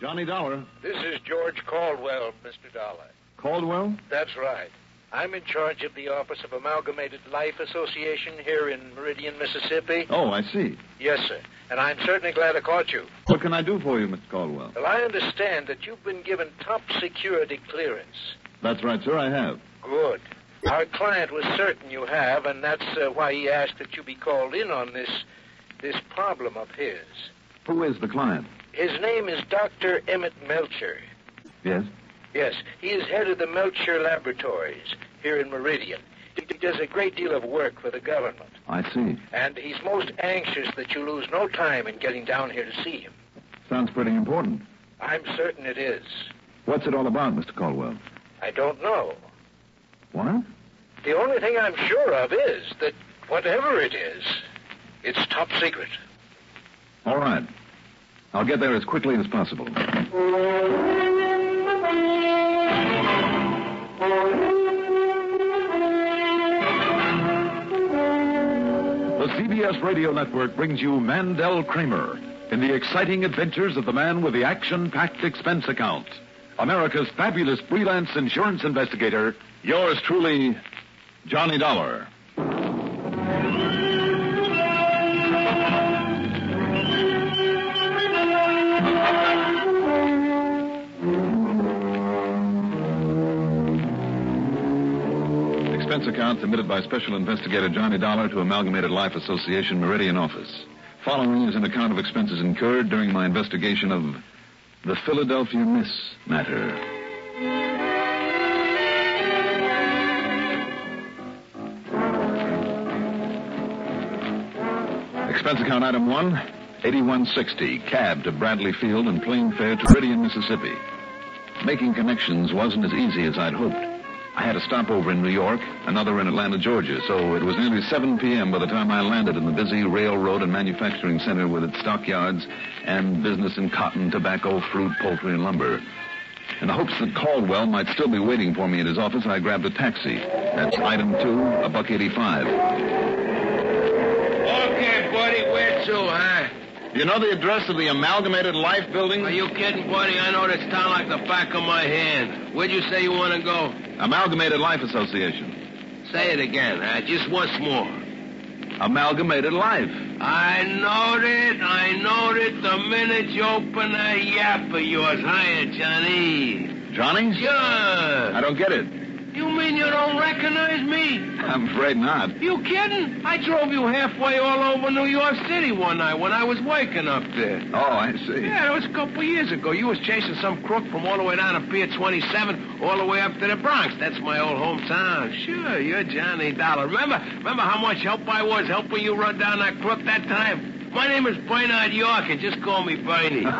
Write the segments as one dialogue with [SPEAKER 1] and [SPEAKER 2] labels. [SPEAKER 1] Johnny Dollar.
[SPEAKER 2] This is George Caldwell, Mr. Dollar.
[SPEAKER 1] Caldwell?
[SPEAKER 2] That's right. I'm in charge of the Office of Amalgamated Life Association here in Meridian, Mississippi.
[SPEAKER 1] Oh, I see.
[SPEAKER 2] Yes, sir. And I'm certainly glad I caught you.
[SPEAKER 1] What can I do for you, Mr. Caldwell?
[SPEAKER 2] Well, I understand that you've been given top security clearance.
[SPEAKER 1] That's right, sir, I have.
[SPEAKER 2] Good. Our client was certain you have, and that's uh, why he asked that you be called in on this this problem of his.
[SPEAKER 1] Who is the client?
[SPEAKER 2] His name is Dr. Emmett Melcher.
[SPEAKER 1] Yes?
[SPEAKER 2] Yes, he is head of the Melcher Laboratories here in Meridian. He he does a great deal of work for the government,
[SPEAKER 1] I see.
[SPEAKER 2] and he's most anxious that you lose no time in getting down here to see him.
[SPEAKER 1] Sounds pretty important.
[SPEAKER 2] I'm certain it is.
[SPEAKER 1] What's it all about, Mr. Caldwell?
[SPEAKER 2] I don't know.
[SPEAKER 1] What?
[SPEAKER 2] The only thing I'm sure of is that whatever it is, it's top secret.
[SPEAKER 1] All right. I'll get there as quickly as possible. The CBS Radio Network brings you Mandel Kramer in the exciting adventures of the man with the action packed expense account. America's fabulous freelance insurance investigator, yours truly, Johnny Dollar. Expense account submitted by Special Investigator Johnny Dollar to Amalgamated Life Association Meridian office. Following is an account of expenses incurred during my investigation of the Philadelphia Miss matter. Expense account item one, 8160, cab to Bradley Field and plane fare to Meridian, Mississippi. Making connections wasn't as easy as I'd hoped. I had a stopover in New York, another in Atlanta, Georgia, so it was nearly 7 p.m. by the time I landed in the busy railroad and manufacturing center with its stockyards and business in cotton, tobacco, fruit, poultry, and lumber. In the hopes that Caldwell might still be waiting for me at his office, I grabbed a taxi. That's item two, a buck 85.
[SPEAKER 3] Okay, buddy, where to, huh?
[SPEAKER 1] You know the address of the Amalgamated Life Building?
[SPEAKER 3] Are you kidding, buddy? I know this town like the back of my hand. Where'd you say you want to go?
[SPEAKER 1] Amalgamated Life Association.
[SPEAKER 3] Say it again, huh? Just once more.
[SPEAKER 1] Amalgamated Life.
[SPEAKER 3] I knowed it. I knowed it the minute you opened that yap of yours, hiya, Johnny.
[SPEAKER 1] Johnny? I
[SPEAKER 3] Sure.
[SPEAKER 1] don't get it.
[SPEAKER 3] You mean you don't recognize me?
[SPEAKER 1] I'm afraid not.
[SPEAKER 3] You kidding? I drove you halfway all over New York City one night when I was working up there.
[SPEAKER 1] Oh, I see.
[SPEAKER 3] Yeah, it was a couple of years ago. You was chasing some crook from all the way down to Pier 27, all the way up to the Bronx. That's my old hometown. Sure, you're Johnny Dollar. Remember, remember how much help I was helping you run down that crook that time? My name is Bernard York, and just call me Bernie.
[SPEAKER 1] All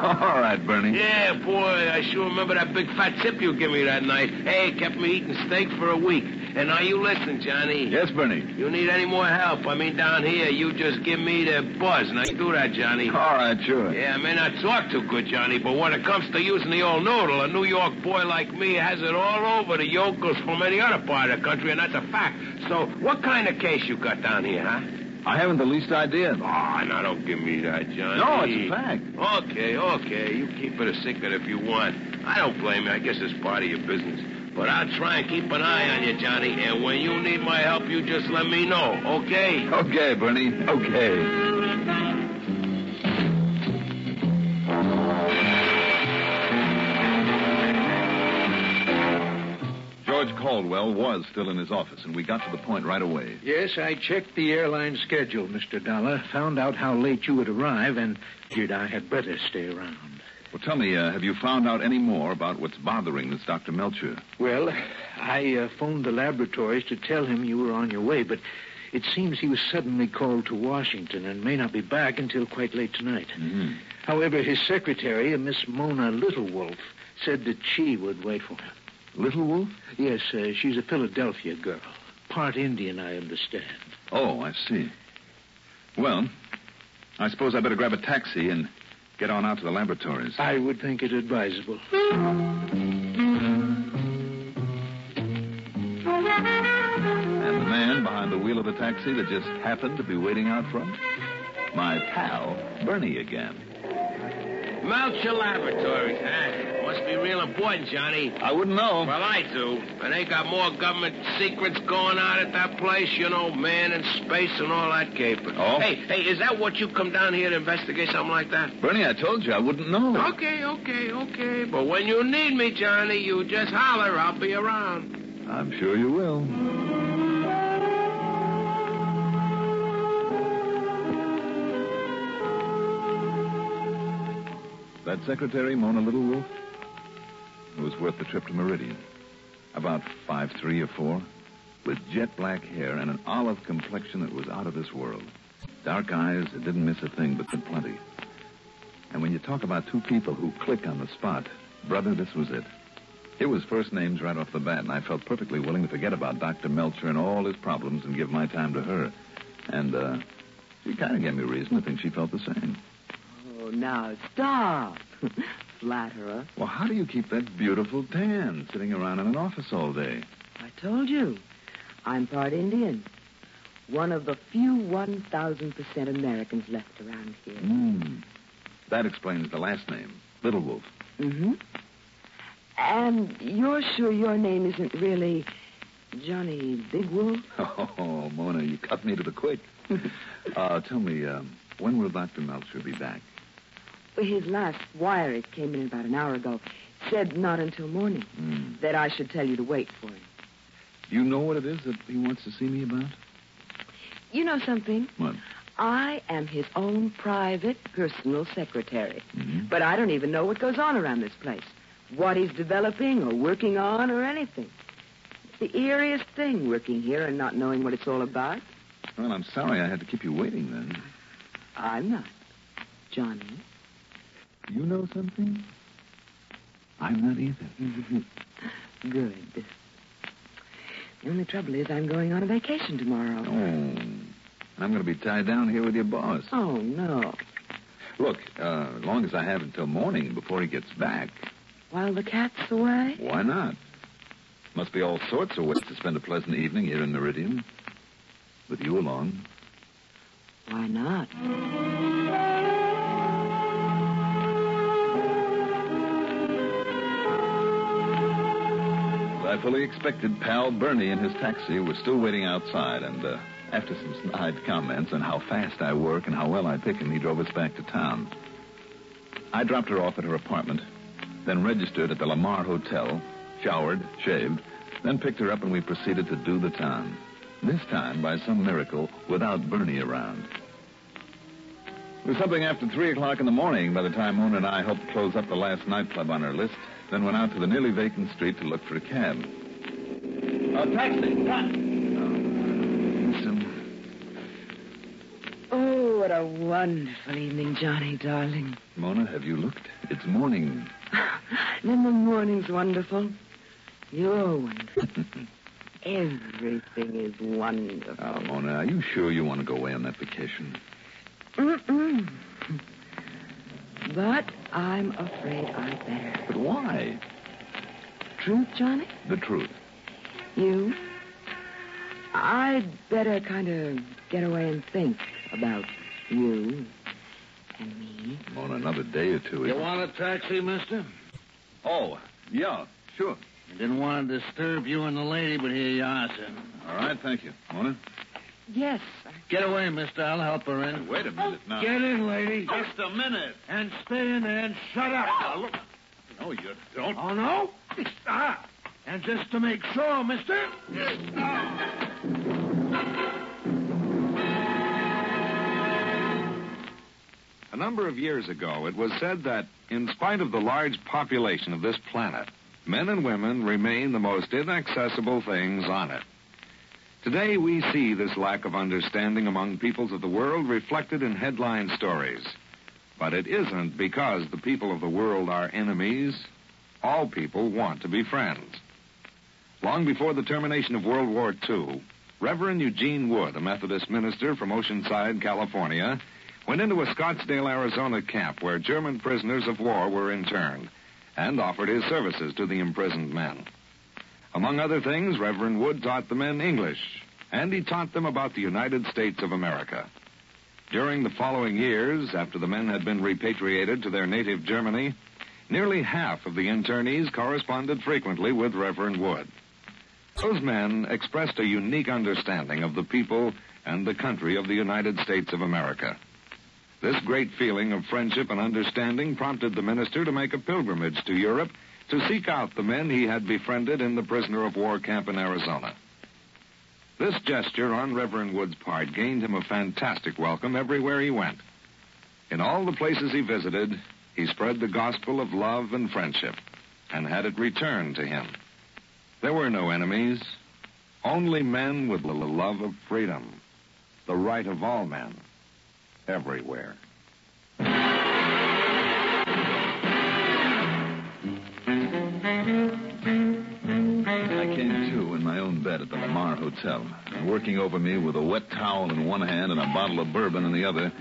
[SPEAKER 1] right, Bernie.
[SPEAKER 3] Yeah, boy, I sure remember that big fat tip you give me that night. Hey, it kept me eating steak for a week. And now you listen, Johnny.
[SPEAKER 1] Yes, Bernie.
[SPEAKER 3] You need any more help? I mean, down here, you just give me the buzz. Now, you do that, Johnny.
[SPEAKER 1] All right, sure.
[SPEAKER 3] Yeah, I may not talk too good, Johnny, but when it comes to using the old noodle, a New York boy like me has it all over the yokels from any other part of the country, and that's a fact. So, what kind of case you got down here, huh?
[SPEAKER 1] I haven't the least idea.
[SPEAKER 3] Oh, now don't give me that, Johnny.
[SPEAKER 1] No, it's a fact.
[SPEAKER 3] Okay, okay. You keep it a secret if you want. I don't blame you. I guess it's part of your business. But I'll try and keep an eye on you, Johnny. And when you need my help, you just let me know, okay?
[SPEAKER 1] Okay, Bernie. Okay. George Caldwell was still in his office, and we got to the point right away.
[SPEAKER 2] Yes, I checked the airline schedule, Mr. Dollar, found out how late you would arrive, and figured I had better stay around.
[SPEAKER 1] Well, tell me, uh, have you found out any more about what's bothering this Dr. Melcher?
[SPEAKER 2] Well, I uh, phoned the laboratories to tell him you were on your way, but it seems he was suddenly called to Washington and may not be back until quite late tonight.
[SPEAKER 1] Mm-hmm.
[SPEAKER 2] However, his secretary, a Miss Mona Littlewolf, said that she would wait for him.
[SPEAKER 1] Little Wolf?
[SPEAKER 2] Yes, uh, she's a Philadelphia girl. Part Indian, I understand.
[SPEAKER 1] Oh, I see. Well, I suppose I better grab a taxi and get on out to the laboratories.
[SPEAKER 2] I would think it advisable.
[SPEAKER 1] And the man behind the wheel of the taxi that just happened to be waiting out front? My pal, Bernie again.
[SPEAKER 3] Melcher Laboratories, huh? Must be real important, Johnny.
[SPEAKER 1] I wouldn't know.
[SPEAKER 3] Well, I do. And they got more government secrets going on at that place, you know, man and space and all that caper.
[SPEAKER 1] Oh?
[SPEAKER 3] Hey, hey, is that what you come down here to investigate something like that?
[SPEAKER 1] Bernie, I told you I wouldn't know.
[SPEAKER 3] Okay, okay, okay. But when you need me, Johnny, you just holler. I'll be around.
[SPEAKER 1] I'm sure you will. That secretary, Mona Little Wolf, it was worth the trip to Meridian. About five three or four, with jet black hair and an olive complexion that was out of this world. Dark eyes that didn't miss a thing, but did plenty. And when you talk about two people who click on the spot, brother, this was it. It was first names right off the bat, and I felt perfectly willing to forget about Dr. Melcher and all his problems and give my time to her. And, uh, she kind of gave me reason to think she felt the same.
[SPEAKER 4] Oh, now stop. Flatterer.
[SPEAKER 1] Well, how do you keep that beautiful tan sitting around in an office all day?
[SPEAKER 4] I told you. I'm part Indian. One of the few 1,000% Americans left around here.
[SPEAKER 1] Mm. That explains the last name, Little Wolf.
[SPEAKER 4] Mm-hmm. And you're sure your name isn't really Johnny Big Wolf?
[SPEAKER 1] Oh, Mona, you cut me to the quick. uh, tell me, um, when will Dr. Melcher be back?
[SPEAKER 4] His last wire, it came in about an hour ago, said not until morning.
[SPEAKER 1] Mm.
[SPEAKER 4] That I should tell you to wait for him.
[SPEAKER 1] Do you know what it is that he wants to see me about?
[SPEAKER 4] You know something?
[SPEAKER 1] What?
[SPEAKER 4] I am his own private personal secretary.
[SPEAKER 1] Mhm.
[SPEAKER 4] But I don't even know what goes on around this place, what he's developing or working on or anything. It's the eeriest thing working here and not knowing what it's all about.
[SPEAKER 1] Well, I'm sorry I had to keep you waiting then.
[SPEAKER 4] I'm not. Johnny.
[SPEAKER 1] You know something? I'm not either.
[SPEAKER 4] Good. The only trouble is I'm going on a vacation tomorrow.
[SPEAKER 1] Oh. I'm going to be tied down here with your boss.
[SPEAKER 4] Oh, no.
[SPEAKER 1] Look, uh, as long as I have until morning before he gets back,
[SPEAKER 4] While the cat's away?
[SPEAKER 1] why not? Must be all sorts of ways to spend a pleasant evening here in Meridian. With you along.
[SPEAKER 4] Why not?
[SPEAKER 1] As I fully expected, pal Bernie in his taxi was still waiting outside, and uh, after some snide comments on how fast I work and how well I pick him, he drove us back to town. I dropped her off at her apartment, then registered at the Lamar Hotel, showered, shaved, then picked her up, and we proceeded to do the town. This time, by some miracle, without Bernie around. It was something after 3 o'clock in the morning by the time Mona and I helped close up the last nightclub on her list, then went out to the nearly vacant street to look for a cab. A taxi! Um, Some
[SPEAKER 4] Oh, what a wonderful evening, Johnny, darling.
[SPEAKER 1] Mona, have you looked? It's morning.
[SPEAKER 4] then the morning's wonderful. You're wonderful. Everything is wonderful.
[SPEAKER 1] Oh, Mona, are you sure you want to go away on that vacation?
[SPEAKER 4] Mm-mm. But I'm afraid I better.
[SPEAKER 1] But why?
[SPEAKER 4] Truth, Johnny?
[SPEAKER 1] The truth.
[SPEAKER 4] You? I'd better kind of get away and think about you and me.
[SPEAKER 1] Mona, another day or two.
[SPEAKER 2] You
[SPEAKER 1] isn't-
[SPEAKER 2] want a taxi, mister?
[SPEAKER 1] Oh, yeah, sure.
[SPEAKER 2] I didn't want to disturb you and the lady, but here you are, sir.
[SPEAKER 1] All right, thank you. Mona?
[SPEAKER 4] Yes.
[SPEAKER 2] Get away, mister. I'll help her in.
[SPEAKER 1] Wait a minute now.
[SPEAKER 2] Oh, Get in, lady.
[SPEAKER 1] Just a minute.
[SPEAKER 2] And stay in there and shut up.
[SPEAKER 1] No, you don't.
[SPEAKER 2] Oh, no? Ah. And just to make sure, mister.
[SPEAKER 5] A number of years ago, it was said that, in spite of the large population of this planet, men and women remain the most inaccessible things on it. Today, we see this lack of understanding among peoples of the world reflected in headline stories. But it isn't because the people of the world are enemies. All people want to be friends. Long before the termination of World War II, Reverend Eugene Wood, a Methodist minister from Oceanside, California, went into a Scottsdale, Arizona camp where German prisoners of war were interned and offered his services to the imprisoned men. Among other things, Reverend Wood taught the men English, and he taught them about the United States of America. During the following years, after the men had been repatriated to their native Germany, nearly half of the internees corresponded frequently with Reverend Wood. Those men expressed a unique understanding of the people and the country of the United States of America. This great feeling of friendship and understanding prompted the minister to make a pilgrimage to Europe to seek out the men he had befriended in the prisoner of war camp in Arizona. This gesture on Reverend Wood's part gained him a fantastic welcome everywhere he went. In all the places he visited, he spread the gospel of love and friendship and had it returned to him. There were no enemies, only men with the love of freedom, the right of all men, everywhere.
[SPEAKER 1] I came to in my own bed at the Lamar Hotel. And working over me with a wet towel in one hand and a bottle of bourbon in the other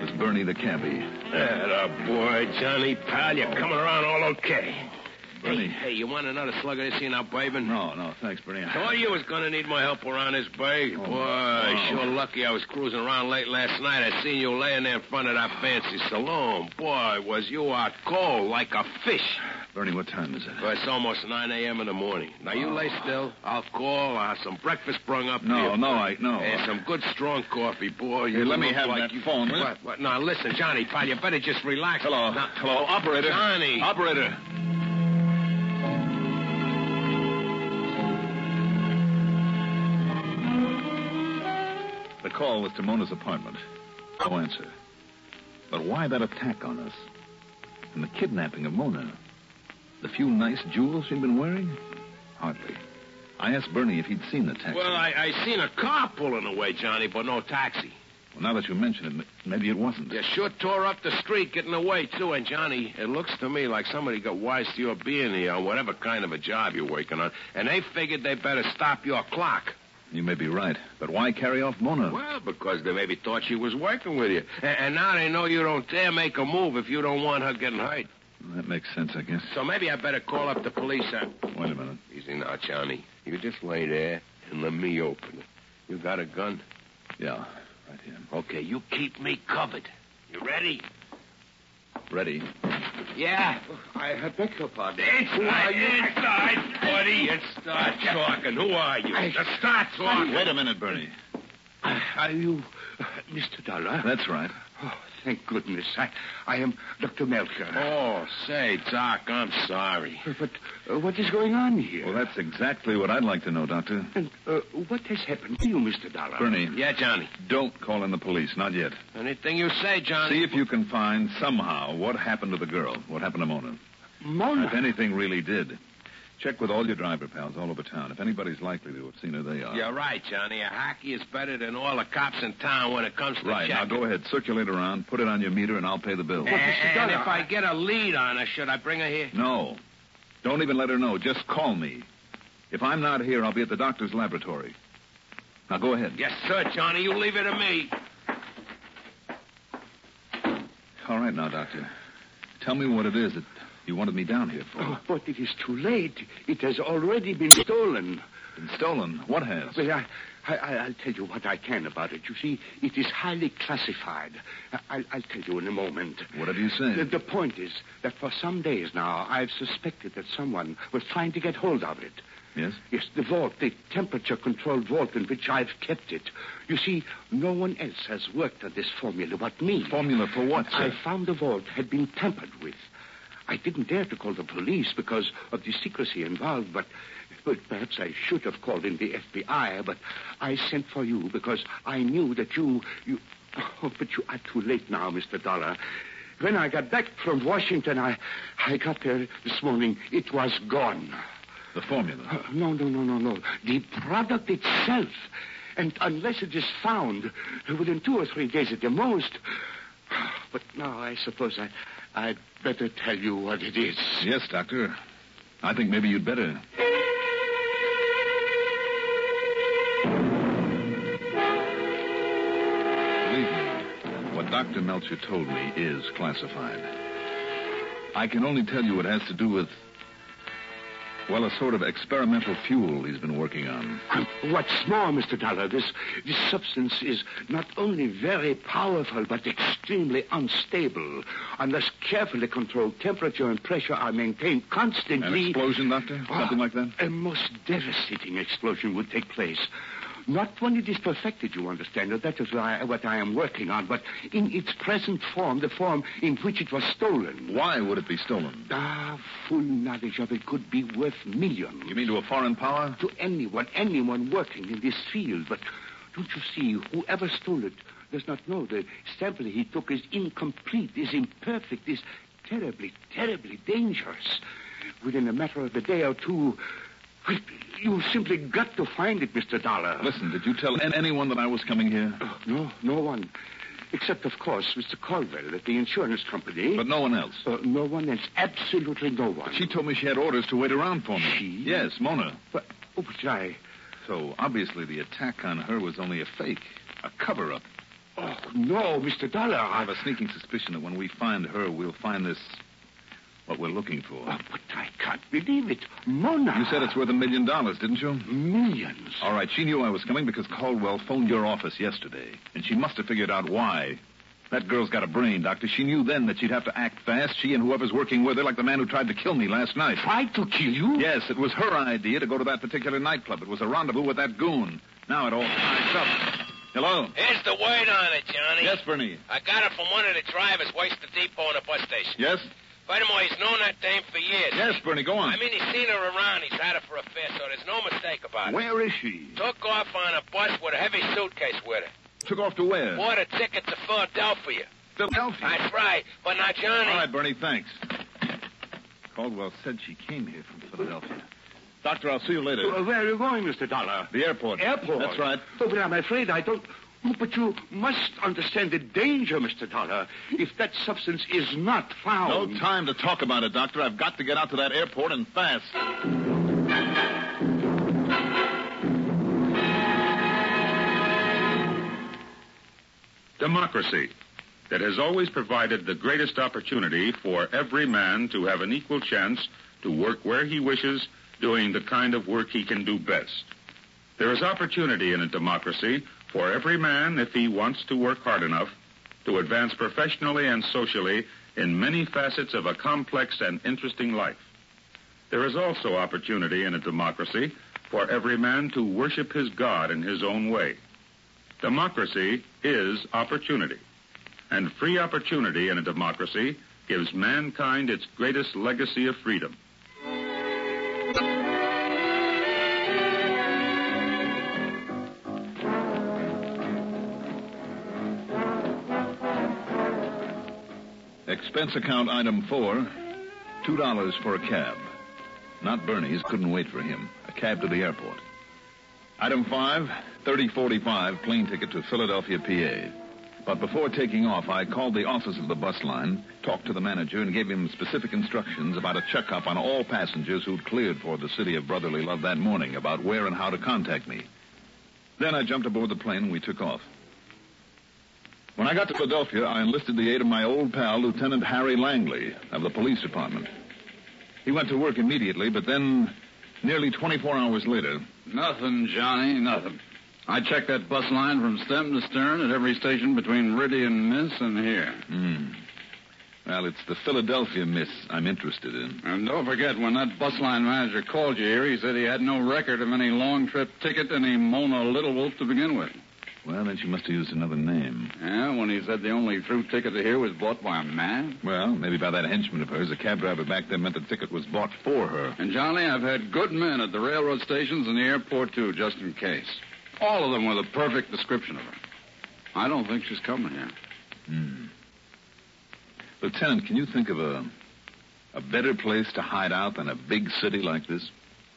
[SPEAKER 1] was Bernie the cabbie.
[SPEAKER 3] That boy, Johnny, pal, you're coming around all okay. Hey,
[SPEAKER 1] Bernie.
[SPEAKER 3] hey, you want another slug of this here now, Bourbon?
[SPEAKER 1] No, no, thanks, Bernie.
[SPEAKER 3] Told you was gonna need my help around this bay.
[SPEAKER 1] Oh,
[SPEAKER 3] Boy,
[SPEAKER 1] wow.
[SPEAKER 3] sure lucky I was cruising around late last night. I seen you laying there in front of that fancy saloon. Boy, was you out cold like a fish.
[SPEAKER 1] Bernie, what time is it?
[SPEAKER 3] Well, it's almost 9 a.m. in the morning. Now, you lay still. I'll call. I'll have some breakfast brung up to
[SPEAKER 1] Oh. No,
[SPEAKER 3] you.
[SPEAKER 1] no, I no.
[SPEAKER 3] And some good strong coffee, boy.
[SPEAKER 1] Hey,
[SPEAKER 3] You
[SPEAKER 1] let me
[SPEAKER 3] look
[SPEAKER 1] have
[SPEAKER 3] like
[SPEAKER 1] that
[SPEAKER 3] you...
[SPEAKER 1] phone, will you?
[SPEAKER 3] What, what? Now, listen, Johnny, pal, you better just relax.
[SPEAKER 1] Hello,
[SPEAKER 3] Now,
[SPEAKER 1] hello, operator.
[SPEAKER 3] Johnny.
[SPEAKER 1] Operator. The call was to Mona's apartment. No answer. But why that attack on us? And the kidnapping of Mona? The few nice jewels she'd been wearing? Hardly. I asked Bernie if he'd seen the taxi.
[SPEAKER 3] Well, I, I seen a car pulling away, Johnny, but no taxi.
[SPEAKER 1] Well, now that you mention it, m- maybe it wasn't.
[SPEAKER 3] You sure tore up the street getting away, too. And, Johnny, it looks to me like somebody got wise to your being here on whatever kind of a job you're working on. And they figured they better stop your clock.
[SPEAKER 1] You may be right, but why carry off Mona?
[SPEAKER 3] Well, because they maybe thought she was working with you. A- And, now they know you don't dare make a move if you don't want her getting hurt.
[SPEAKER 1] That makes sense, I guess.
[SPEAKER 3] So maybe I better call up the police. Huh?
[SPEAKER 1] Wait a minute.
[SPEAKER 3] Easy now, Johnny. You just lay there and let me open it. You got a gun?
[SPEAKER 1] Yeah, right here.
[SPEAKER 3] Okay, you keep me covered. You ready?
[SPEAKER 1] Ready.
[SPEAKER 3] Yeah. I beg your pardon. Who are you? Inside, buddy. It's start talking. Who are you? Just start talking.
[SPEAKER 1] Wait a minute, Bernie.
[SPEAKER 6] Are you uh, Mr. Dollar?
[SPEAKER 1] Ah, That's right.
[SPEAKER 6] Oh, thank goodness. I, I am Dr. Melcher.
[SPEAKER 3] Oh, say, Doc, I'm sorry.
[SPEAKER 6] But uh, what is going on here?
[SPEAKER 1] Well, that's exactly what I'd like to know, Doctor.
[SPEAKER 6] And uh, what has happened to you, Mr. Dollar?
[SPEAKER 1] Bernie,
[SPEAKER 3] Yeah, Johnny.
[SPEAKER 1] don't call in the police, not yet.
[SPEAKER 3] Anything you say, Johnny.
[SPEAKER 1] See if you can find somehow what happened to the girl, what happened to Mona.
[SPEAKER 6] Mona.
[SPEAKER 1] If anything really did. Check with all your driver pals all over town. If anybody's likely to have seen her, they are.
[SPEAKER 3] You're right, Johnny. A hockey is better than all the cops in town when it comes to
[SPEAKER 1] Right. Now
[SPEAKER 3] checking.
[SPEAKER 1] go ahead, circulate around, put it on your meter, and I'll pay the bill.
[SPEAKER 3] A- And, if I get a lead on her, should I bring her here?
[SPEAKER 1] No. Don't even let her know. Just call me. If I'm not here, I'll be at the doctor's laboratory. Now go ahead.
[SPEAKER 3] Yes, sir, Johnny. You leave it to me.
[SPEAKER 1] All right now, Doctor. Tell me what it is that you wanted me down here for.
[SPEAKER 6] Oh, but it is too late. It has already been stolen.
[SPEAKER 1] Been stolen. What has?
[SPEAKER 6] Well, I, I, I'll tell you what I can about it. You see, it is highly classified. I, I'll tell you in a moment.
[SPEAKER 1] Whatever you say.
[SPEAKER 6] The, the point is that for some days now, I've suspected that someone was trying to get hold of it.
[SPEAKER 1] Yes?
[SPEAKER 6] Yes, the vault, the temperature controlled vault in which I've kept it. You see, no one else has worked on this formula but me.
[SPEAKER 1] Formula for what,
[SPEAKER 6] I
[SPEAKER 1] sir?
[SPEAKER 6] found the vault had been tampered with. I didn't dare to call the police because of the secrecy involved, but, but perhaps I should have called in the FBI, but I sent for you because I knew that you. you oh, but you are too late now, Mr. Dollar. When I got back from Washington, I, I got there this morning. It was gone.
[SPEAKER 1] The formula.
[SPEAKER 6] Uh, No, no, no, no, no. The product itself. And unless it is found within two or three days at the most. But now I suppose I, I'd better tell you what it is.
[SPEAKER 1] Yes, Doctor. I think maybe you'd better. Believe me, what Dr. Melcher told me is classified. I can only tell you it has to do with Well, a sort of experimental fuel he's been working on.
[SPEAKER 6] What's more, Mr. Dollar, this, this substance is not only very powerful, but extremely unstable. Unless carefully controlled, temperature and pressure are maintained
[SPEAKER 1] An
[SPEAKER 6] constantly. Ah,
[SPEAKER 1] explosion, Doctor? Something like that?
[SPEAKER 6] A most devastating explosion would take place. Not when it is perfected, you understand. That is why, what I am working on, but in its present form, the form in which it was stolen.
[SPEAKER 1] Why would it be stolen?
[SPEAKER 6] Ah, full knowledge of it could be worth millions
[SPEAKER 1] You mean to a foreign power?
[SPEAKER 6] to anyone, anyone working in this field. But don't you see, whoever stole it does not know the sample he took is incomplete, is imperfect, is terribly, terribly dangerous. Within a matter of a day or two, you've simply got to find it, Mr. Dollar.
[SPEAKER 1] Listen, did you tell an- anyone that I was coming here?
[SPEAKER 6] Oh, no, no one. Except, of course, Mr. Colwell at the insurance company.
[SPEAKER 1] But no one else.
[SPEAKER 6] Uh, no one else, absolutely no one.
[SPEAKER 1] She told me she had orders to wait around for me.
[SPEAKER 6] She?
[SPEAKER 1] Yes, Mona.
[SPEAKER 6] But, oh, but I...
[SPEAKER 1] So obviously the attack on her was only a fake, a cover up.
[SPEAKER 6] Oh, no, Mr. Dollar,
[SPEAKER 1] I
[SPEAKER 6] I...
[SPEAKER 1] have a sneaking suspicion that when we find her, we'll find this. what we're looking for.
[SPEAKER 6] Oh, but I can't believe it. Mona.
[SPEAKER 1] You said it's worth a million dollars, didn't you?
[SPEAKER 6] millions.
[SPEAKER 1] All right, she knew I was coming because Caldwell phoned your office yesterday, and she must have figured out why. That girl's got a brain, Doctor. She knew then that she'd have to act fast, she and whoever's working with her, like the man who tried to kill me last night.
[SPEAKER 6] Tried to kill you?
[SPEAKER 1] Yes, it was her idea to go to that particular nightclub. It was a rendezvous with that goon. Now it all ties up. Hello?
[SPEAKER 3] Here's the word on it, Johnny.
[SPEAKER 1] Yes, Bernie.
[SPEAKER 3] I got it from one of the drivers west of the depot in the bus station.
[SPEAKER 1] Yes?
[SPEAKER 3] Furthermore, he's known that dame for years.
[SPEAKER 1] Yes, Bernie, go on.
[SPEAKER 3] I mean, he's seen her around. He's had her for a fair, so there's no mistake about it.
[SPEAKER 1] Where is she?
[SPEAKER 3] Took off on a bus with a heavy suitcase with her.
[SPEAKER 1] Took off to where?
[SPEAKER 3] Bought a ticket to Philadelphia.
[SPEAKER 1] Philadelphia.
[SPEAKER 3] That's right. But now, Johnny.
[SPEAKER 1] All right, Bernie, thanks. Caldwell said she came here from Philadelphia. Doctor, I'll see you later.
[SPEAKER 6] Uh, where are you going, Mr. Dollar?
[SPEAKER 1] The airport.
[SPEAKER 6] Airport.
[SPEAKER 1] That's right.
[SPEAKER 6] Oh, but I'm afraid I don't. Oh, But you must understand the danger, Mr. Dollar, if that substance is not
[SPEAKER 1] No
[SPEAKER 6] found.
[SPEAKER 1] time to talk about it, Doctor. I've got to get out to that airport and fast.
[SPEAKER 7] democracy that has always provided the greatest opportunity for every man to have an equal chance to work where he wishes, doing the kind of work he can do best. There is opportunity in a democracy for every man, if he wants to work hard enough, to advance professionally and socially in many facets of a complex and interesting life. There is also opportunity in a democracy for every man to worship his God in his own way. Democracy is opportunity. And free opportunity in a democracy gives mankind its greatest legacy of freedom.
[SPEAKER 1] Expense account item four two dollars for a cab. Not Bernie's, couldn't wait for him. A cab to the airport. Item five, 3045, plane ticket to Philadelphia, PA. But before taking off, I called the office of the bus line, talked to the manager, and gave him specific instructions about a checkup on all passengers who'd cleared for the city of brotherly love that morning about where and how to contact me. Then I jumped aboard the plane and we took off. When I got to Philadelphia, I enlisted the aid of my old pal, Lieutenant Harry Langley of the police department. He went to work immediately, but then, nearly 24 hours later,
[SPEAKER 8] Nothing, Johnny, nothing. I checked that bus line from stem to stern at every station between Riddy and Miss and here.
[SPEAKER 1] Hmm. Well, it's the Philadelphia miss I'm interested in.
[SPEAKER 8] And don't forget, when that bus line manager called you here, he said he had no record of any long trip ticket, any Mona Little Wolf to begin with.
[SPEAKER 1] Well, then she must have used another name.
[SPEAKER 8] Yeah, when he said the only through ticket to here was bought by a man.
[SPEAKER 1] Well, maybe by that henchman of hers, the cab driver back there meant the ticket was bought for her.
[SPEAKER 8] And, Johnny, I've had good men at the railroad stations and the airport, too, just in case. All of them with a perfect description of her. I don't think she's coming here.
[SPEAKER 1] Hmm. Lieutenant, can you think of a a better place to hide out than a big city like this?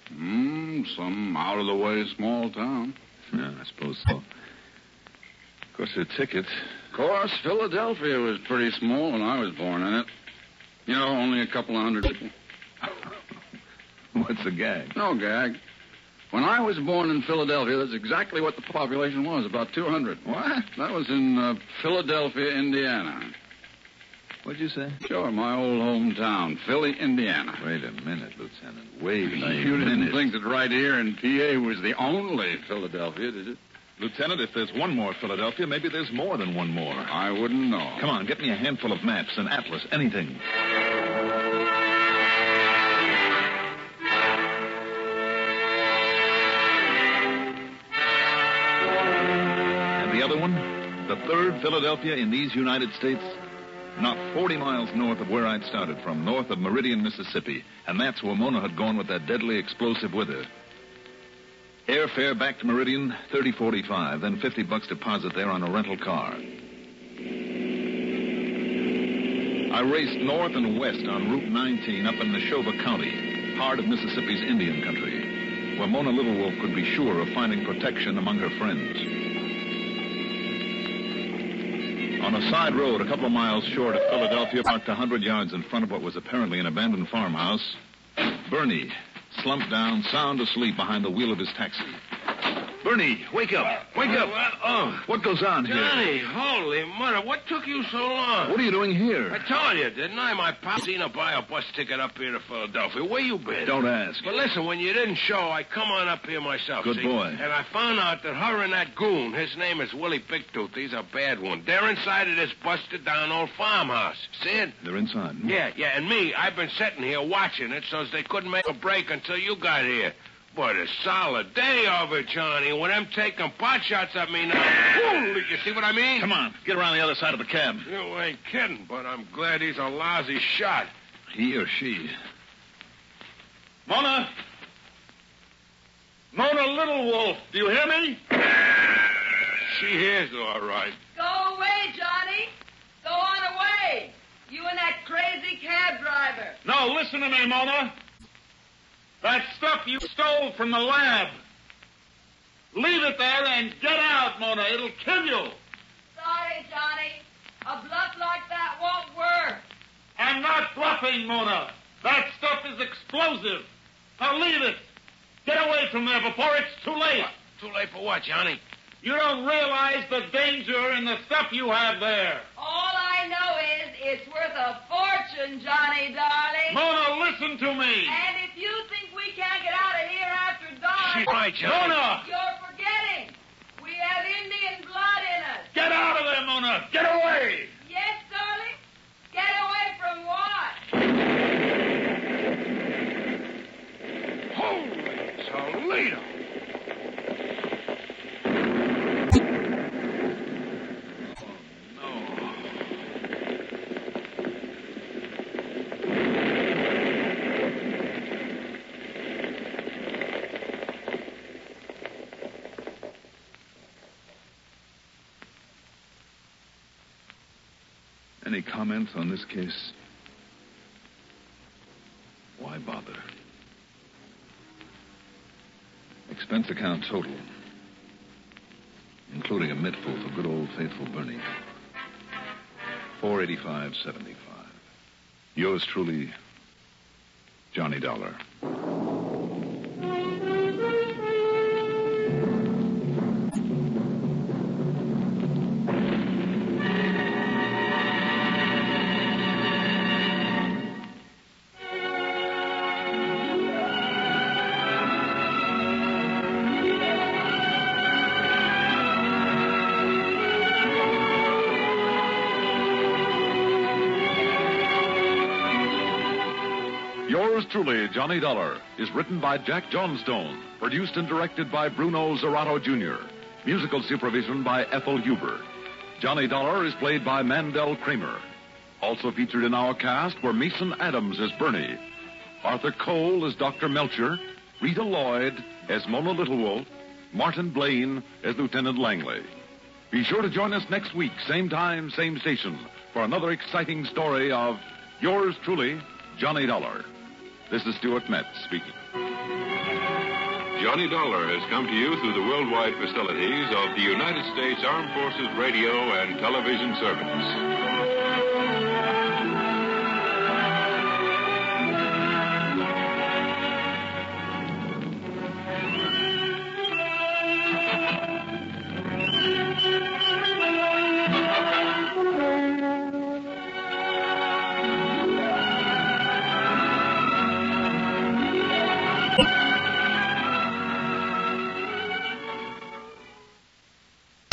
[SPEAKER 8] Hmm, some out of the way small town.
[SPEAKER 1] Yeah, I suppose so. Of course, the ticket.
[SPEAKER 8] Of course, Philadelphia was pretty small when I was born in it. You know, only a couple of hundred people.
[SPEAKER 1] What's the gag?
[SPEAKER 8] No gag. When I was born in Philadelphia, that's exactly what the population was, about 200.
[SPEAKER 1] What?
[SPEAKER 8] That was in uh, Philadelphia, Indiana.
[SPEAKER 1] What'd you say?
[SPEAKER 8] Sure, my old hometown, Philly, Indiana.
[SPEAKER 1] Wait a minute, Lieutenant. Wait a
[SPEAKER 8] You didn't
[SPEAKER 1] minute.
[SPEAKER 8] think that right here in PA was the only Philadelphia, did you?
[SPEAKER 1] Lieutenant, if there's one more Philadelphia, maybe there's more than one more.
[SPEAKER 8] I wouldn't know.
[SPEAKER 1] Come on, get me a handful of maps, an atlas, anything. And the other one? The third Philadelphia in these United States? Not 40 miles north of where I'd started from, north of Meridian, Mississippi. And that's where Mona had gone with that deadly explosive with her. Airfare back to Meridian, 3045, then 50 bucks deposit there on a rental car. I raced north and west on Route 19 up in Neshova County, heart of Mississippi's Indian country, where Mona Little Wolf could be sure of finding protection among her friends. On a side road a couple of miles short of Philadelphia, parked 100 yards in front of what was apparently an abandoned farmhouse, Bernie slumped down, sound asleep behind the wheel of his taxi. Bernie, wake up. Wake up.
[SPEAKER 3] oh,
[SPEAKER 1] What goes on here?
[SPEAKER 3] Johnny, holy mother, what took you so long?
[SPEAKER 1] What are you doing
[SPEAKER 3] I
[SPEAKER 1] here?
[SPEAKER 3] told you, didn't I? My pop seen her buy a bus ticket up here to Philadelphia. Where you been?
[SPEAKER 1] Don't ask.
[SPEAKER 3] But listen, when you didn't show, I come on up here myself.
[SPEAKER 1] Good
[SPEAKER 3] see?
[SPEAKER 1] boy.
[SPEAKER 3] And I found out that her and that goon, his name is Willie Bigtooth, he's a bad one. They're inside of this busted down old farmhouse. See it?
[SPEAKER 1] They're inside. hmm?
[SPEAKER 3] Yeah, yeah, and me, I've been sitting here watching it so they couldn't make a break until you got here. But a solid day of it, Johnny, when them taking pot shots at me now. Holy, you see what I mean?
[SPEAKER 1] Come on, get around the other side of the cab.
[SPEAKER 3] You ain't kidding, but I'm glad he's a lousy shot.
[SPEAKER 1] He or she. Mona! Mona Little Wolf, do you hear me?
[SPEAKER 3] She hears all right.
[SPEAKER 9] Go away, Johnny. Go on away. You and that crazy cab driver.
[SPEAKER 1] No, listen to me, Mona. That stuff you stole from the lab. Leave it there and get out, Mona. It'll kill you.
[SPEAKER 9] Sorry, Johnny. A bluff like that won't work.
[SPEAKER 1] I'm not bluffing, Mona. That stuff is explosive. Now leave it. Get away from there before it's too late.
[SPEAKER 3] Too late for what, Johnny?
[SPEAKER 1] You don't realize the danger in the stuff you have there.
[SPEAKER 9] All I know is it's worth a fortune, Johnny, darling.
[SPEAKER 1] Mona, listen to me.
[SPEAKER 9] and if you think we can't get out of here after
[SPEAKER 3] She's
[SPEAKER 9] dark,
[SPEAKER 3] right, Johnny.
[SPEAKER 1] Mona!
[SPEAKER 9] you're forgetting. We have Indian blood in us.
[SPEAKER 1] Get out of there, Mona! Get away!
[SPEAKER 9] Yes, darling? Get away from what?
[SPEAKER 3] Holy Toledo.
[SPEAKER 1] Any comments on this case? Why bother? Expense account total, including a mitful for good old faithful Bernie. Four eighty-five seventy-five. Yours truly, Johnny Dollar.
[SPEAKER 5] Yours truly, Johnny Dollar, is written by Jack Johnstone, produced and directed by Bruno Zerato Jr., musical supervision by Ethel Huber. Johnny Dollar is played by Mandel Kramer. Also featured in our cast were Mason Adams as Bernie, Arthur Cole as Dr. Melcher, Rita Lloyd as Mona Littlewolf, Martin Blaine as Lieutenant Langley. Be sure to join us next week, same time, same station, for another exciting story of yours truly, Johnny Dollar. This is Stuart Metz speaking.
[SPEAKER 7] Johnny Dollar has come to you through the worldwide facilities of the United States Armed Forces Radio and Television Service.